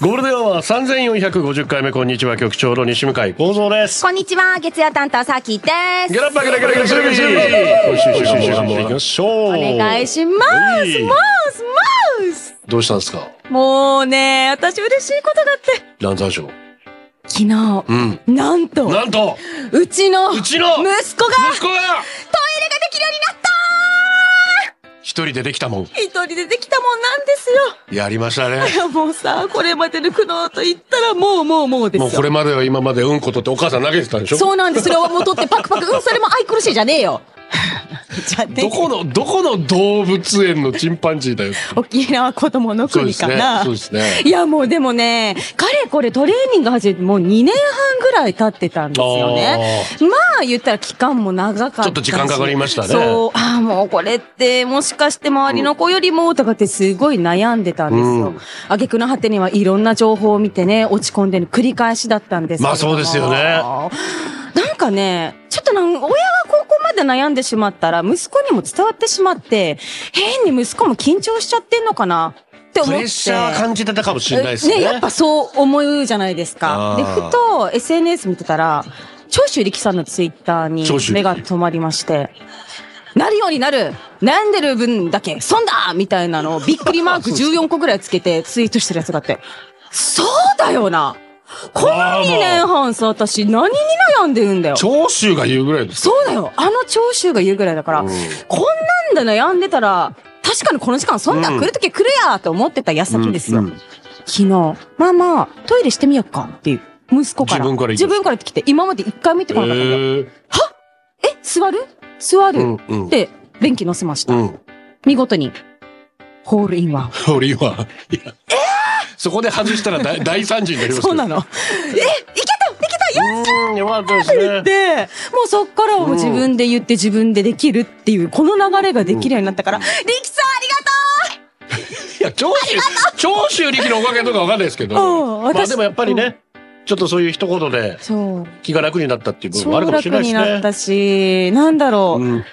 ゴールデンは三千四百五十回目こんにちは局長の西向井光三です。こんにちは、月曜担当サーキーです。ゲラッパゲラゲラゲラゲラゲラゲラゲラ。今週今週今週今週行きましょう。おお願いしまはいす。もうす、もうす。どうしたんですかもうね、私嬉しいことがあって。ランザーショー。昨日、うん。なんと、なんとうちの、う息ちの子が、トイレが息子ができるようになった一人でできたもん。一人でできたもんなんですよ。やりましたいね。や、もうさ、これまでの苦悩と言ったら、もうもうもうですもよ。うこれまでは今までうんことってお母さん投げてたんでしょ。そうなんです。それはもう取ってパクパク。うん、それも愛くるしいじゃねえよ。じゃねえどこのどこの動物園のチンパンジーだよ。沖縄子供のそうで国すかねな。。そうですね。いやもうでもね、かれこれトレーニング始めてもう2年半ぐらい経ってたんですよね。まあ言ったら期間も長かったし。ちょっと時間かかりましたねそう、ああもうこれってもしかして周りの子よりもとかってすごい悩んでたんですうよん。あげくの果てにはいろんな情報を見てね、落ち込んでる繰り返しだったんですけれどもまあそうですよねなんかね、ちょっとなん親がここまで悩んでしまったら、息子にも伝わってしまって、変に息子も緊張しちゃってんのかなって思プって。レッシャー感じてたかもしれないですね。やっぱそう思うじゃないですか。あで、ーふと SNS 見てたら、長州力さんのツイッターに長州目が止まりまして、なるようになる悩んでる分だけ損だみたいなのをびっくりマ ーク14個ぐらいつけてツイートしてるやつがあって、そうだよなこのあー2もう年半さ、私何に悩んでるんだよ。長州が言うぐらいです。そうだよあの長州が言うぐらいだから、うんこんなんで悩んでたら、確かにこの時間損だ、うん来るとき来るやと思ってた矢先ですよ。うんうん昨日、ママ、トイレしてみよっかっていう、息子から。自分から言う自分から来て、今まで一回見てえこなかったんだよ。ーえ座る座る、うんうんで、便器乗せました。うん。見事に、ホールインワン。俺は、いや、 そこで外したら大大惨事になりますけそどうなの。え、いけたいけたようーん、よかったですね。 で、もうそっからはもう自分で言って自分でできるっていう、この流れができるようになったから、力さんありがとういや、長州、長州力のおかげとかわかんないですけど、うんまあ私でもやっぱりね、ちょっとそういう一言でそう。気が楽になったっていう部分もある超かもし楽れなにいですなっね。たし、なんだろう、うん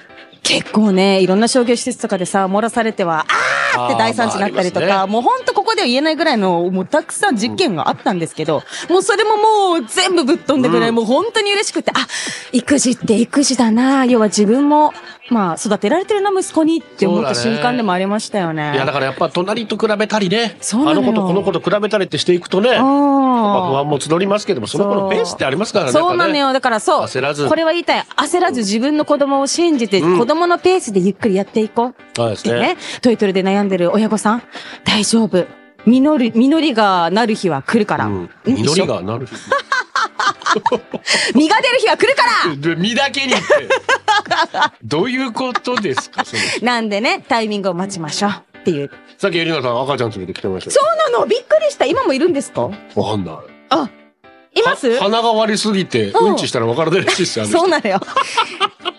結構ね、いろんな商業施設とかでさ、漏らされては、あーって大惨事になったりとあーまあか、ありますねもうほんとここでは言えないぐらいの、もうたくさん実験があったんですけど、もうそれももう全部ぶっ飛んでくらい、うんもう本当に嬉しくて、あ、育児って育児だな、要は自分も、まあ育てられてるな、息子にって思ったそうだね瞬間でもありましたよね。いや、だからやっぱ隣と比べたりね、そうなあののよ子とこの子と比べたりってしていくとね、やっぱ不あ安も募りますけども、その子のペースってありますからね。そうなのやっよ。だからそう。焦らずこれは言いたい。焦らず自分の子供を信じて、うん子供のペースでゆっくりやっていこう。ぱね。そうですでねね。、トイトレで悩んでる親御さん、大丈夫。実り、実りがなる日は来るから。うんうん実り。がなる。実が出る日は来るからで身だ けにって。どういうことですか、その。なんでね、タイミングを待ちましょう。っていう。さっきエリナさん赤ちゃん連れてきてましたよそうなのびっくりした今もいるんですかわかんない。あ、いますは鼻が割りすぎて、うんうんちしたら分からないらしいですよ。あの人 そうなのよ。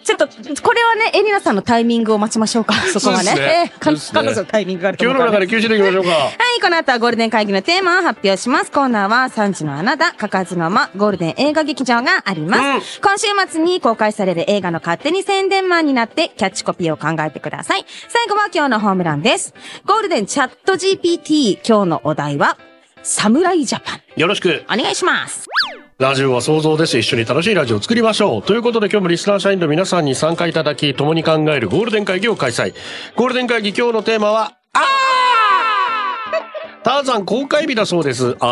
ちょっと、これはね、エリナさんのタイミングを待ちましょうか。そこはね。そうですねえーかそうですね彼女のタイミングがあると今思う日かのら中で休止でいきましょう か。はい、この後はゴールデン会議のテーマを発表します。コーナーは3時のあなた、かかずの間、ゴールデン映画劇場があります。今週末に公開される映画の勝手に宣伝マンになって、キャッチコピーを考えてください。最後は今日のホームランです。ゴールデンチャット GPT、今日のお題は、サムライジャパよろしく。ン。お願いします。ラジオは想像です。一緒に楽しいラジオを作りましょう。ということで今日もリスナー社員の皆さんに参加いただき、共に考えるゴールデン会議を開催。ゴールデン会議今日のテーマは、あーターザン公開日だそうです。あー、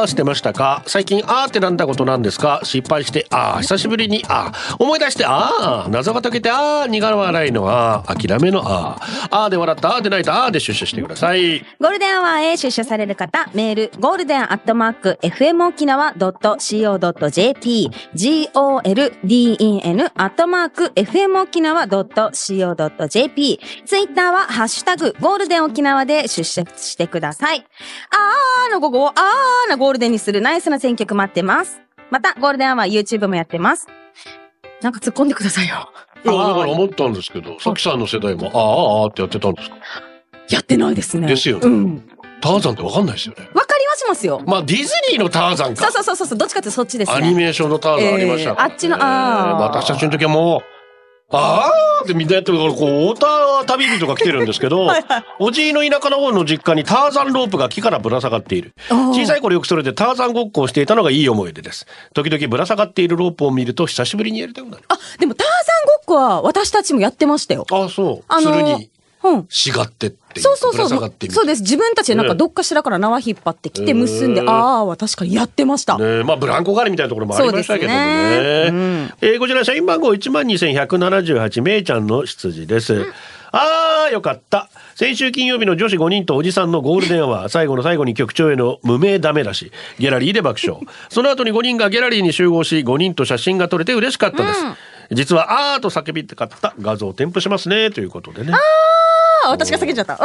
あー、してましたか最近、あーってなんだことなんですか失敗して、あー、久しぶりに、あー、思い出して、あー、謎が解けて、あー、苦笑いの、あー、諦めの、あー、あーで笑った、あーで泣いた、あーで出社してください。ゴールデンアワーへ出社される方、メール、ゴールデンアットマーク、fmokinawa.co.jp、golden アットマーク、fmokinawa.co.jp、ツイッターは、ハッシュタグ、ゴールデン沖縄で出社してください。あーの午後を、あーのゴールデンにするナイスな選曲待ってます。また、ゴールデンアワー YouTube もやってます。なんか突っ込んでくださいよ。いや、だから思ったんですけど、さきさんの世代も、ああ、ああってやってたんですかやってないですね。ですよねうん。ターザンってわかんないですよね。わかりはしますよ。まあ、ディズニーのターザンそかう。そうそうそうそう、どっちかってそっちですね。アニメーションのターザンありましたからええねあっちのああええ私たちの時はもう、ああってみんなやってるから、こう、オーター旅人が来てるんです けど、おじいの田舎の方の実家にターザンロープが木からぶら下がっている。小さい頃よくそれでターザンごっこをしていたのがいい思い出です。時々ぶら下がっているロープを見ると久しぶりにやりたくなる。あ、でもターザンごっこは私たちもやってましたよ。ああ、そう。あの鶴ーにうん。しがってっていそうそうぶそらう。下がってみるそうです。自分たちでなんかどっかしらから縄引っ張ってきて結んで、うんああは確かにやってました。ねえ、まあブランコ狩りみたいなところもありましたけどもね。そうですねうんえーこちら社員番号12,178めいちゃんの執事です。あーよかった。先週金曜日の女子5人とおじさんのゴールデンアワー、最後の最後に局長への無名ダメ出し、ギャラリーで爆笑。その後に5人がギャラリーに集合し、5人と写真が撮れて嬉しかったです。実は、あーと叫びたかった画像を添付しますね、ということでね。ねああ、私が叫んじゃった。あ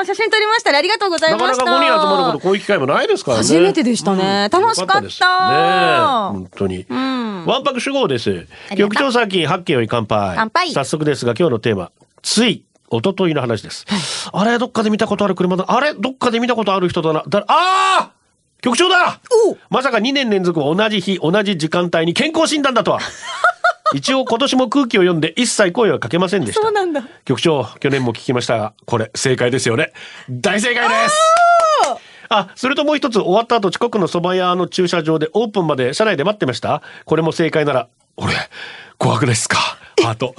あ、写真撮りましたね。ありがとうござえいなかまなした。か5人集まること、こういう機会もないですからね。初めてでしたね。楽しかった。よですねえ本当に。うん。わんぱく主語です。ありがとう局長さっき、八景より乾杯。乾杯早速ですが、今日のテーマ、つい、一昨日の話です。あれ、どっかで見たことある車だ。あれ、どっかで見たことある人だな。だあー局長だおうまさか2年連続同じ日、同じ時間帯に健康診断だ とは。一応今年も空気を読んで一切声はかけませんでした。そうなんだ。局長、去年も聞きましたが、これ正解ですよね。大正解ですあ、それともう一つ、終わった後近くの蕎麦屋の駐車場でオープンまで車内で待ってましたこれも正解なら、俺、怖くないっすかハート。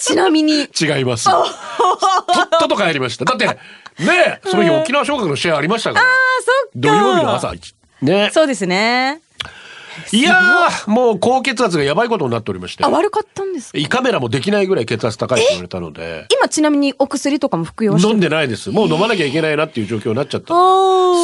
ちな みに、違います。とっとと帰りました。だって、ねえ、その日沖縄尚学の試合ありましたから、あ、そっか。土曜日の朝。ねそうですね。いやー、もう高血圧がやばいことになっておりましてあ、。悪かったんですか胃カメラもできないぐらい血圧高いって言われたので、今ちなみにお薬とかも服用して飲んでないです。もう飲まなきゃいけないなっていう状況になっちゃった。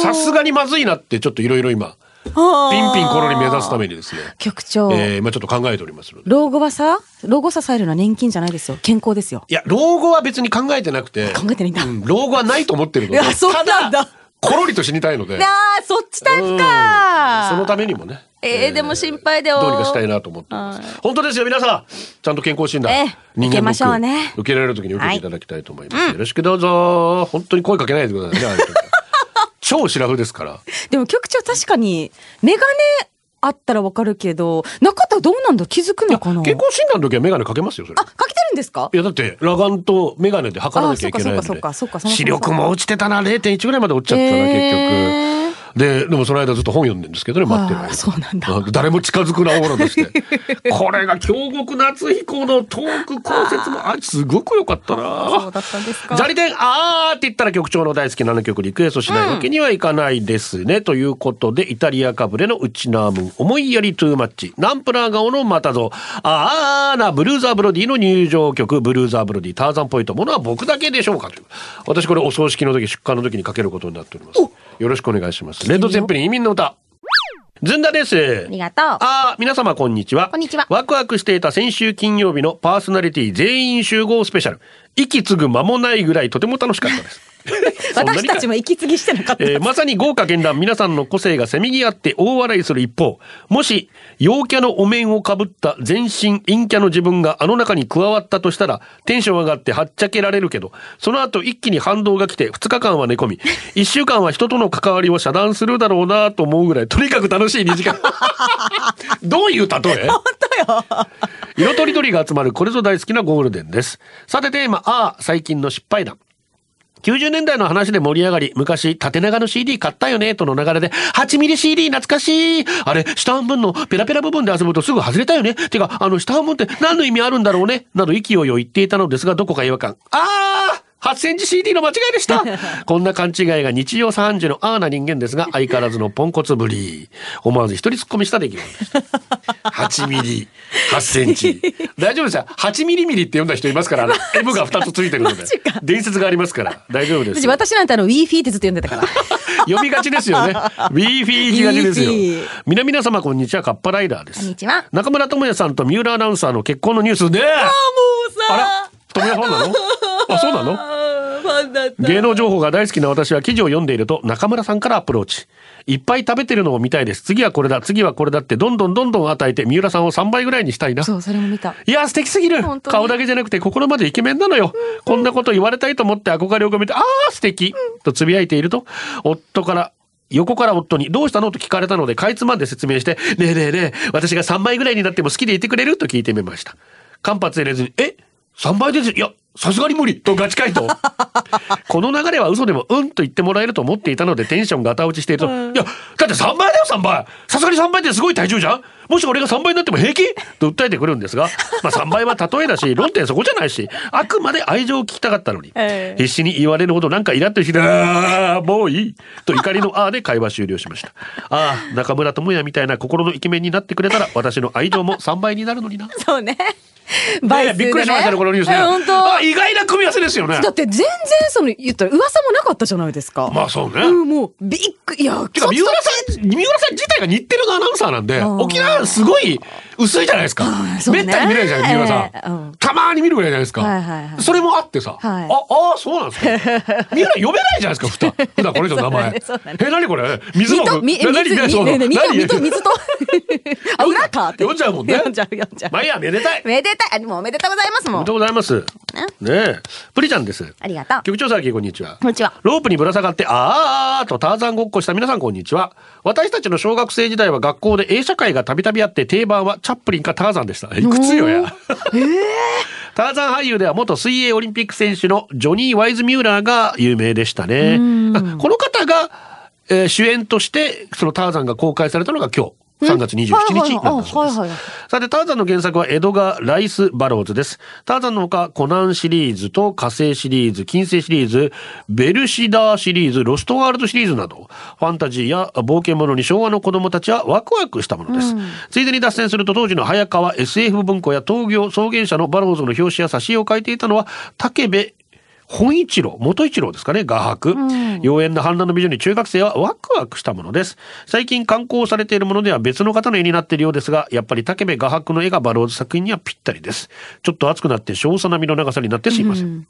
ささすがにまずいなってちょっといろいろ今、ピンピンコロに目指すためにですね、局長、えー、今ちょっと考えておりますので。老後はさ老後支えるのは年金じゃないですよ健康ですよいや、老後は別に考えてなくて、考えてないんだ、うん老後はないと思ってるので、いやそうなんだたコロリと死にたいので、あーそっちタイうプんかそのためめにもね、えーでも心配だよどうにかしたいなと思ってます。本当ですよ、皆さん。ちゃんと健康診断、ええ人間ドック受けましょうね受けられる時に受けていただきたいと思います。よろしくどうぞ。本当に声かけないでくださいね、ああいう 時は超シラフですから。でも局長確かにメガネあったらわかるけどなかったらどうなんだ気づくのかな健康診断の時は眼鏡かけますよ、それあ。かけてるんですかいやだって裸眼と眼鏡で測らなきゃいけないのあそうでかそうかそうかそうかそもそも視力も落ちてたな0.1ぐらいまで落ちちゃったな、へー結局ででもその間ずっと本読んでるんですけどね待ってるあ間ーそうなんだあ 誰も近づくなオーラとして これが京極夏彦のトーク講説もあすごく良かったなそうだったんですかザリテンあーって言ったら局長の大好きなあの曲リクエストしないわけにはいかないですね、ということでイタリアかぶれのウチナームン思いやりトゥーマッチナンプラー顔のまたぞあーなブルーザーブロディの入場曲ブルーザーブロディターザンポイントものは僕だけでしょうかという私これお葬式の時出棺の時にかけることになっておりますよろしくお願いしますレッドゼッペリン移民の歌ずんだですありがとうああ、皆様こんにちは。こんにちはワクワクしていた先週金曜日のパーソナリティ全員集合スペシャル。息継ぐ間もないぐらいとても楽しかったです。そんなに私かたちも息継ぎしてなかった、えー まさに豪華絢爛皆さんの個性がせめぎ合って大笑いする一方もし陽キャのお面をかぶった全身陰キャの自分があの中に加わったとしたらテンション上がってはっちゃけられるけどその後一気に反動が来て2日間は寝込み1週間は人との関わりを遮断するだろうなと思うぐらいとにかく楽しい2時間 どういう例え色とりどりが集まるこれぞ大好きなゴールデンですさてテーマああ最近の失敗談90年代の話で盛り上がり、昔、縦長の CD 買ったよね、との流れで、8ミリ CD 懐かしいあれ、下半分のペラペラ部分で遊ぶとすぐ外れたよねてか、あの下半分って何の意味あるんだろうねなど勢いを言っていたのですが、どこか違和感。あー8センチ CD の間違いでした こんな勘違いが日常3時のあーな人間ですが、相変わらずのポンコツぶり。思わず一人突っ込みした出来事でした。8ミリ、8セン チ。大丈夫ですよ。8ミリミリって読んだ人いますから、あの M が2つついてるのでマジか。伝説がありますから、大丈夫です私よ。私なんてあの Wi-Fi ってずっと読んで たから読みがちですよ ね。ビーフィー行きがちですよビーフィー。皆々様こんにちは、カッパライダーです。こんにちは中村智也さんと三浦アナウンサーの結婚のニュースね。ああもうさ ら、智也ファンなのあ、そうなのあーフファンだった。芸能情報が大好きな私は記事を読んでいると中村さんからアプローチ。いっぱい食べてるのを見たいです。次はこれだ、次はこれだってどんどんどんどん与えて三浦さんを3倍ぐらいにしたいな。そう、それも見た。いや、素敵すぎる本当に顔だけじゃなくて心までイケメンなのよ、こんなこと言われたいと思って憧れを込めて、あー素敵、とつぶやいていると、夫から、横から夫に、どうしたのと聞かれたので、かいつまんで説明して、ねえねえねえ、私が3倍ぐらいになっても好きでいてくれると聞いてみました。間髪入れずに、え ?3 倍ですいや、さすがに無理とガチ回答。この流れは嘘でも、うんと言ってもらえると思っていたので、テンションがた落ちしていると、いや、だって3倍だよ、3倍さすがに3倍ってすごい体重じゃんもし俺が3倍になっても平気と訴えてくるんですが、まあ3倍は例えだし、論点そこじゃないし、あくまで愛情を聞きたかったのに、ええ必死に言われるほどなんかイラッとして、あーもういいと怒りのあーで会話終了しました。ああ、中村智也みたいな心のイケメンになってくれたら、私の愛情も3倍になるのにな。そうね。倍数でねびっくりしましたね、このニュースえね。本あ、当。意外な組み合わせですよね。だって全然その言ったら噂もなかったじゃないですか。まあそうね。うん、もうびっくりいや、てか三浦さん、三浦さん自体が日テレのアナウンサーなんで、うん沖縄すごい薄いじゃないですかうん。そうめねったに見ないじゃない、三浦えさえうんん。たまに見るぐらいじゃないですはいはいかは。いそれもあってはさ、いあ、ああ、そうなんですか。 三浦呼べないじゃないですか、普段。普段これ人の名前そうだねそうだね。え、何これ水水のと、何み、水、何何水、そうねね水と、何水と、 水と。あ、裏かって。読んじゃうもんね読んじゃう、読んじゃう。まあいいや、めでたい。めでたい。あ、でもおめでとうございますおもめんでと。うございます。ねえ。プリちゃんです。ありがとう。局長さん、こんにちは。こんにちは。ロープにぶら下がって、あーあーとターザンごっこした皆さん、こんにちは。私たちの小学生時代は学校で映写会がたびたびあって、定番はチャップリンかターザンでした。いくつよや。 ターザン俳優では元水泳オリンピック選手のジョニー・ワイズミューラーが有名でしたね。あこの方が、えー主演として、そのターザンが公開されたのが今日。3月27日なんだそうはいです。はいはいあはいはいさて、ターザンの原作はエドガー・ライス・バローズです。ターザンのほか、コナンシリーズと火星シリーズ、金星シリーズ、ベルシダーシリーズ、ロストワールドシリーズなど、ファンタジーや冒険者に昭和の子供たちはワクワクしたものです。ついでに脱線すると当時の早川 SF 文庫や東業草原社のバローズの表紙や挿絵を描いていたのは、竹部本一郎、元一郎ですかね、画伯。妖艶な反乱の美女に中学生はワクワクしたものです。最近刊行されているものでは別の方の絵になっているようですが、やっぱり竹部画伯の絵がバローズ作品にはぴったりです。ちょっと熱くなって、小さな身の長さになってすいません。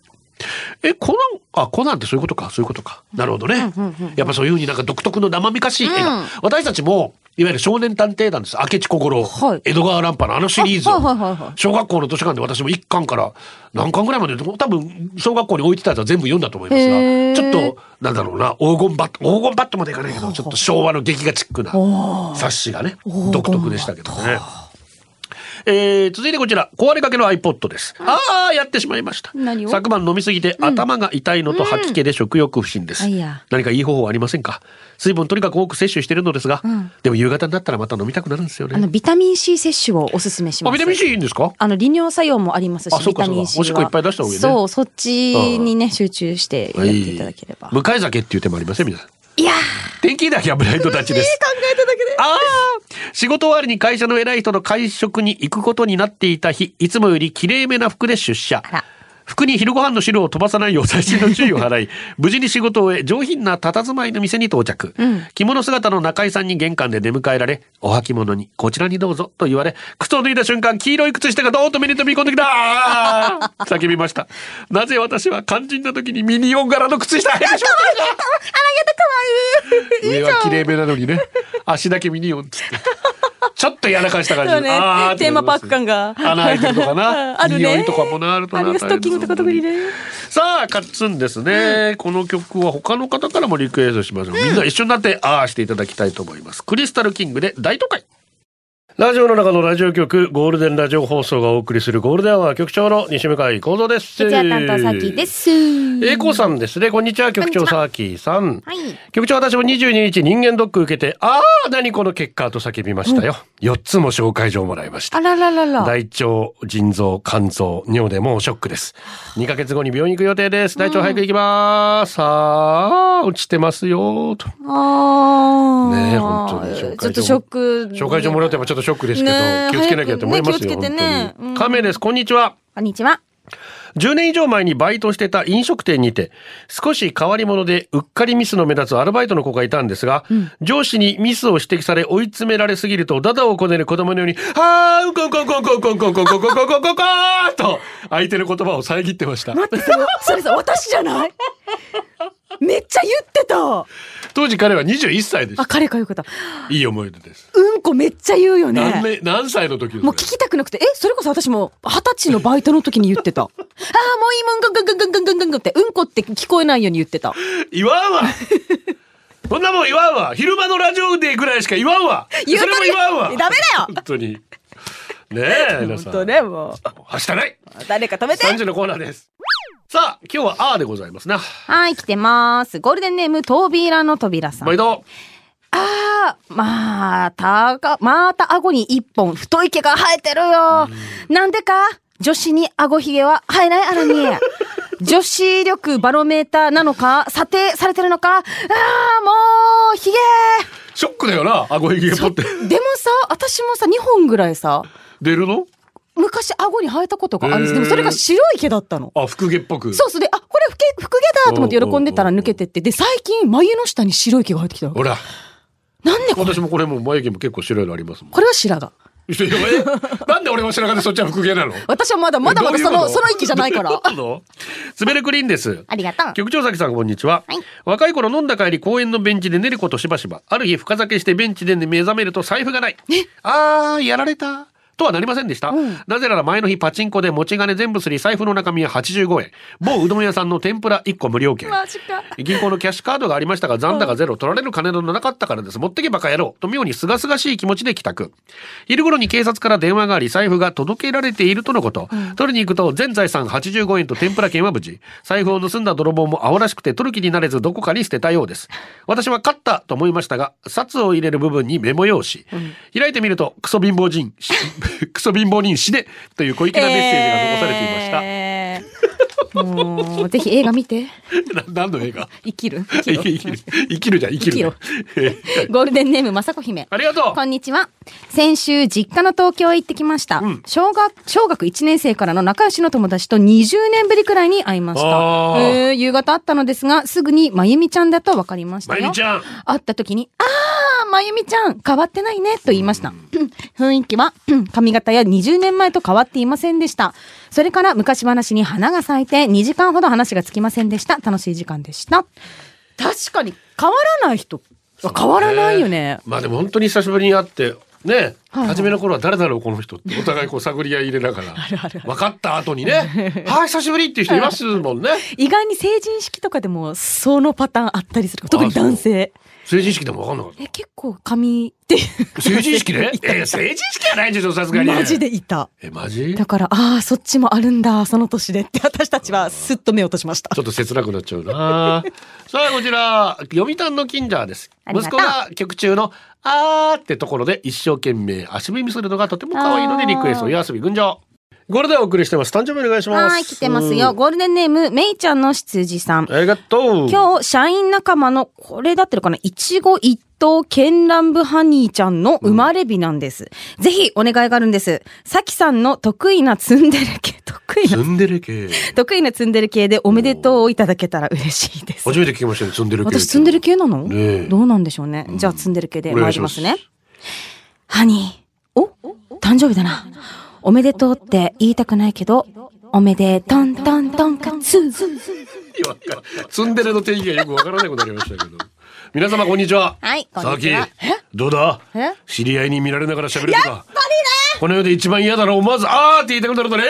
え、コナン、あ、コナンってそういうことか、そういうことか。なるほどね。やっぱそういうふうになんか独特の生みかしい絵が。私たちも、いわゆる少年探偵団です。明智小五郎、はい江戸川乱歩のあのシリーズあはいはいはいはを。小学校の図書館で私も1巻から何巻ぐらいまで、でも多分小学校に置いてたやつは全部読んだと思いますへが、ーちょっと、なんだろうな、黄金バット、黄金バットまでいかないけど、ちょっと昭和の劇画チックな冊子がね、独特でしたけどね。えー続いてこちら壊れかけの iPod です、ああやってしまいました何を昨晩飲みすぎて頭が痛いのと吐き気で食欲不振です、あいや何かいい方法はありませんか水分とにかく多く摂取してるのですが、でも夕方になったらまた飲みたくなるんですよねあの、ビタミン C 摂取をおすすめしあます。ビタミン C いいんですかあの利尿作用もありますあし、そうビかタそうかミン C はおしっこいっぱい出した方がいいねそう、そっちにね、集中してやっていただければ。向かい酒っていう手もありません皆さんいやー、天気だけはブライトたちですえただけで。ああ仕事終わりに会社の偉い人の会食に行くことになっていた日、いつもよりきれいめな服で出社ら。服に昼ご飯の汁を飛ばさないよう細心の注意を払 い、無事に仕事を終え、上品な佇まいの店に到着。着物姿の中井さんに玄関で出迎えられ、お履物にこちらにどうぞと言われ、靴を脱いだ瞬間、黄色い靴下がどーっと目に飛び込んできた あー叫びました。なぜ私は肝心な時にミニオン柄の靴下履いてしまった上は綺麗めなのにね足だけミニオンっつってちょっとやらかした感じそうねあーテーマパーク感が穴開いてるとか なあるね匂いとかもなあるとなあるよストッキングとか特にねさあカッツンですね、この曲は他の方からもリクエストしましょうみんな一緒になってああしていただきたいと思いますクリスタルキングで大都会ラジオの中のラジオ局ゴールデンラジオ放送がお送りするゴールデンアワー局長の西向井幸三ですこちら担当さきです。えいこさんですねこんにちは局長さきさんはい。局長私も22日人間ドック受けて、あー何この結果と叫びましたよ。4つも紹介状もらいましたあ。らららら。大腸、腎臓、肝臓、尿でもうショックです。2ヶ月後に病院行く予定です。大腸早く行きます。さあ、落ちてますよと。ああ。ねえ本当に紹介状ちょっとショック。紹介状もらってもちょっとショックですけど、ねえ気をつけなきゃと思いますよ。早くね気をつけてね本当にうんカメです。こんにちは。こんにちは。 10年以上前にバイトしてた飲食店にて、少し変わり者でうっかりミスの目立つアルバイトの子がいたんですが、上司にミスを指摘され追い詰められすぎると、ダダをこねる子供のように、はー、うんこんこんこんこんこんこんこんこんこんこんこんこんこーと、相手の言葉を遮ってました。それさ、私じゃない めっちゃ言ってた。当時彼は21歳でしあ、た。彼かよかった。いい思い出です。うんこめっちゃ言うよ何ね。年、何歳の時ですもうか聞きたくなくて、え、それこそ私も二十歳のバイトの時に言って た。ああ、もういいもん、ぐんぐんぐんぐんぐんぐんぐんって、うんこって聞こえないように言ってた。言わんわそんなもん言わんわ昼間のラジオでぐらいしか言わんわそれ言うもとね言わんわダメだよ本当にねえ皆さ本当んね、も。はしたないう誰か止めて。 3時のコーナーですさあ今日は「あ」でございますなはい、来てます。ゴールデンネーム、トービーラの扉さん。毎度あーまたが、また顎に一本太い毛が生えてるよ。なんでか女子に顎ひげは生えないあら に。女子力バロメーターなのか査定されてるのかああ、もう、ひげショックだよな顎ひげポってでもさ、私もさ、2本ぐらいさ、出るの昔顎に生えたことがあるんでへす。ーでもそれが白い毛だったの。あ服毛っぽくそうそうで、あ、これふけ、服毛だと思って喜んでたら抜けてって、で、最近眉の下に白い毛が入ってきたのほらなんでこれ私もこれもう眉毛も結構白いのありますもんこれは白髪。いやえなんで俺も白髪でそっちは服毛なの私はまだまだまだそどういうこの、とその域じゃないから。どうい うこと滑るクリーンですありがとう。局長崎さんこんにちは、若い頃飲んだ帰り公園のベンチで寝ることしばしばある日深酒してベンチで目覚めると財布がないあーやられたとはなりませんでした、なぜなら前の日パチンコで持ち金全部すり財布の中身は85円某うどん屋さんの天ぷら1個無料券銀行のキャッシュカードがありましたが残高ゼロ取られる金のなかったからです持ってけばか野郎と妙にすがすがしい気持ちで帰宅昼頃に警察から電話があり財布が届けられているとのこと、取りに行くと全財産85円と天ぷら券は無事財布を盗んだ泥棒も青らしくて取る気になれずどこかに捨てたようです私は勝ったと思いましたが札を入れる部分にメモ用紙、開いてみるとクソ貧乏人し クソ貧乏人死ねという小粋なメッセージが残されていました、えーもう、ぜひ映画見て。 な 何の映画生きる。生きる生きるじゃん生きるねゴールデンネーム、まさこ姫。 ありがとうこんにちは。先週、実家の東京へ行ってきました。小学、小学1年生からの仲良しの友達と20年ぶりくらいに会いました。あーえー夕方会ったのですが、すぐにまゆみちゃんだと分かりましたよ。まゆみちゃん会った時に、あー、まゆみちゃん、変わってないね、と言いました。雰囲気は、髪型や20年前と変わっていませんでした。それから昔話に花が咲いて、2時間ほど話がつきませんでした。楽しい時間でした。確かに、変わらない人は変わらないよね。まあでも本当に久しぶりに会ってね、い初めの頃は誰だろうこの人ってお互いこう探り合い入れな がら分かった後にね「はあ久しぶり」っていう人いますもんね意外に成人式とかでも、そのパターンあったりする。特に男性。成人式でも分かんなかっえ、結構髪っていうた成人 式でえ成人式はないでしょさすがにマジでいた。えマジだから、ああ、そっちもあるんだ、その年でって、私たちはすっと目を落としましたち。ょっと切なくなっちゃ うなさあこちら読谷の金ーですありが息とう子が曲中の「あー」ってところで一生懸命足踏みするのがとても可愛いのでリクエスト夜遊び群青ゴールデンお送りしてます誕生日お願いしますはい、来てますよ。うんゴールデンネーム、めいちゃんの羊さん。ありがとう今日、社員仲間の、これだってるかな、いちご一等絢爛部ハニーちゃんの生まれ日なんです。ぜひお願いがあるんです。さきさんの得意なツンデレ系、得意ツな、ンデレ系。得意なツンデレ系でおめでとうをいただけたら嬉しいです。初めて聞きましたね、ツンデレ系。私ツンデレ系なの、ねえどうなんでしょうね。じゃあツンデレ系でお参願いしりまますすね。ハニー、お誕生日だな。おめでとうって言いたくないけど、おめでとんとんとんかつ。ツンデレの定義がよくわからなくなりましたけど。皆様こんにちは。はいこんさにちはどうだえ知り合いに見られながら喋るとか。この世で一番嫌だろう、まず、あーって言いたくなるとね。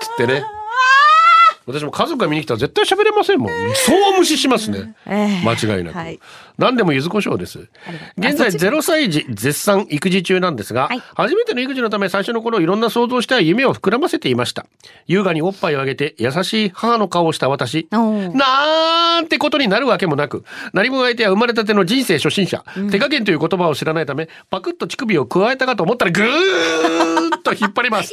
つってね。私も家族が見に来たら絶対喋れませんもん。そう無視しますね。間違いなく。何でも柚子胡椒です。現在0歳児絶賛育児中なんですが、初めての育児のため最初の頃いろんな想像した夢を膨らませていました。優雅におっぱいをあげて優しい母の顔をした私。なんてことになるわけもなく、何も相手は生まれたての人生初心者、手加減という言葉を知らないため、パクッと乳首を加えたかと思ったらぐーっと引っ張り ます。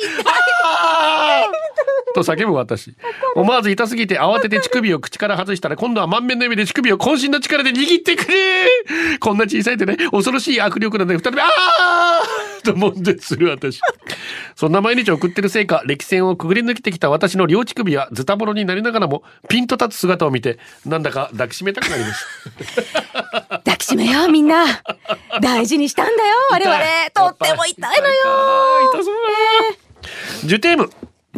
あーと叫ぶ私思わず痛すぎて慌てて乳首を口から外したら今度は満面の笑みで乳首を渾身の力で握ってくれこんな小さい手で恐ろしい握力なんで二人目あーと悶絶する私。そんな毎日を送ってるせいか、歴戦をくぐり抜けてきた私の両乳首はズタボロになりながらも、ピンと立つ姿を見て、なんだか抱きしめたくなります。抱きしめようみんな大事にしたんだよ我々とっても痛いのよよ痛そうだなジュテーム。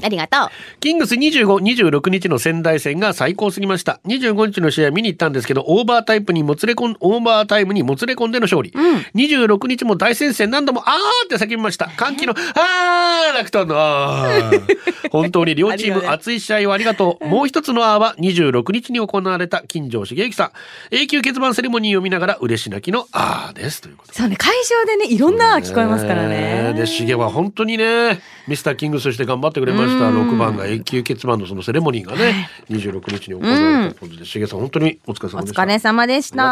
ありがとうキングス25、26日の仙台戦が最高すぎました。25日の試合見に行ったんですけど、オーバータイプにもつれ込ん、オーバータイムにもつれ込んでの勝利。26日も大戦線何度も、あーって叫びました。歓喜の、あー楽天の、あ ー本当に両チーム熱い試合をありがとう。もう一つのあーは26日に行われた金城茂之さん。永久欠番セレモニーを見ながら嬉し泣きのあーです。ということでそうね会場でねいろんな聞こえますからねで、シゲは本当にね、ミスターキングスとして頑張ってくれました。6番が永久欠番のそのセレモニーがね、26日に行われたということで、シゲさん本当にお疲れお様でした。疲れ様でした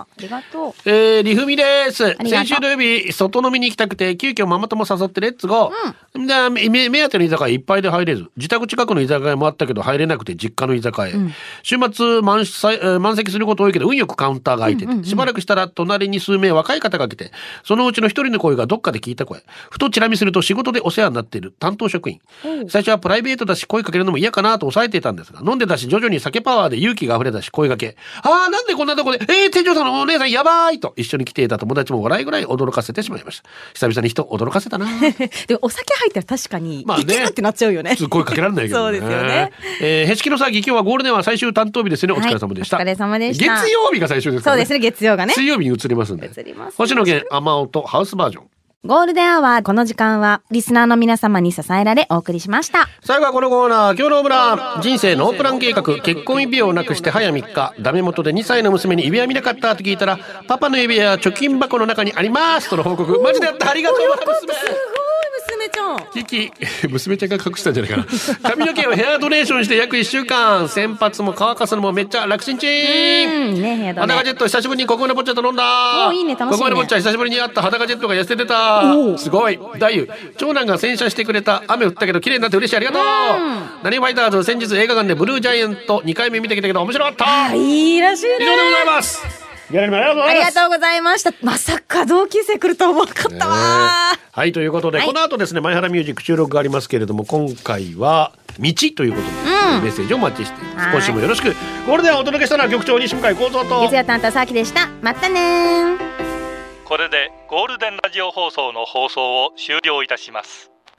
ありがとうえー、りふみです。りがと先う週土曜日、外飲みに行きたくて、急遽ママ友誘ってレッツゴー。でめめ目当ての居酒屋いっぱいで入れず、自宅近くの居酒屋もあったけど入れなくて実家の居酒屋へ。週末満載、えー満席すること多いけど、運よくカウンターが空いてて、しばらくしたら隣に数名若い方が来て、そのうちの一人の声がどっかで聞いた声。ふとチラ見すると仕事でお世話になっている担当職員。最初はプライベートだし声かけるのも嫌かなと抑えていたんですが、飲んでたし徐々に酒パワーで勇気が溢れたし声がけ。ああ、なんでこんなとこで、えー、店長さんのお姉さんやばいと一緒に来ていた友達も笑いぐらい驚かせてしまいました。久々に人驚かせたな。 でもお酒入ったら確かに、まあねいけるってなっちゃうよね普。通声かけられないけどね。そうですよね。えー、へしきの騒ぎ、今日はゴールデンは最終担当日ですね。お疲れ様でした。はいお疲れ様でした月曜日が最終ですそからうね。ですね月曜がね水曜日に移りますんで。移ります星野源、雨音、ハウスバージョン。ゴールデンアワーこの時間はリスナーの皆様に支えられお送りしました最後はこのコーナー、今日のオブラン。人生ノープラン計画、結婚指輪をなくして早3日、ダメ元で2歳の娘に指輪見なかったと聞いたら、パパの指輪は貯金箱の中にありますとの報告。マジでやったありがとう娘娘ちゃん。キキ、娘ちゃんが隠したんじゃないかな。髪の毛をヘアドネーションして約1週間、洗髪も乾かすのもめっちゃ楽ちんちうんんねヘアド裸ねジェット久しぶりにここまでぼっちゃと飲んだおーいいね楽しいねここまでぼっちゃ久しぶりに会った裸ジェットが痩せてたすごい太夫長男が洗車してくれた雨降ったけど綺麗になって嬉しいありがとうなにわファイターズ先日映画館でブルージャイアント2回目見てきたけど面白かった以いいらしい上でごね。ざいますやられまありがとうごあざいりまがすとうございましたまさか同級生来るとは思わなかったわはいということで、この後ですね「前原ミュージック」収録がありますけれども今回は「道」ということで、メッセージをお待ちしていますはい今週もよろしくゴールデンをお届けしたのは局長西向井光三と月曜担当さきでしたまたねーこれでゴールデンラジオ放送の放送を終了いたします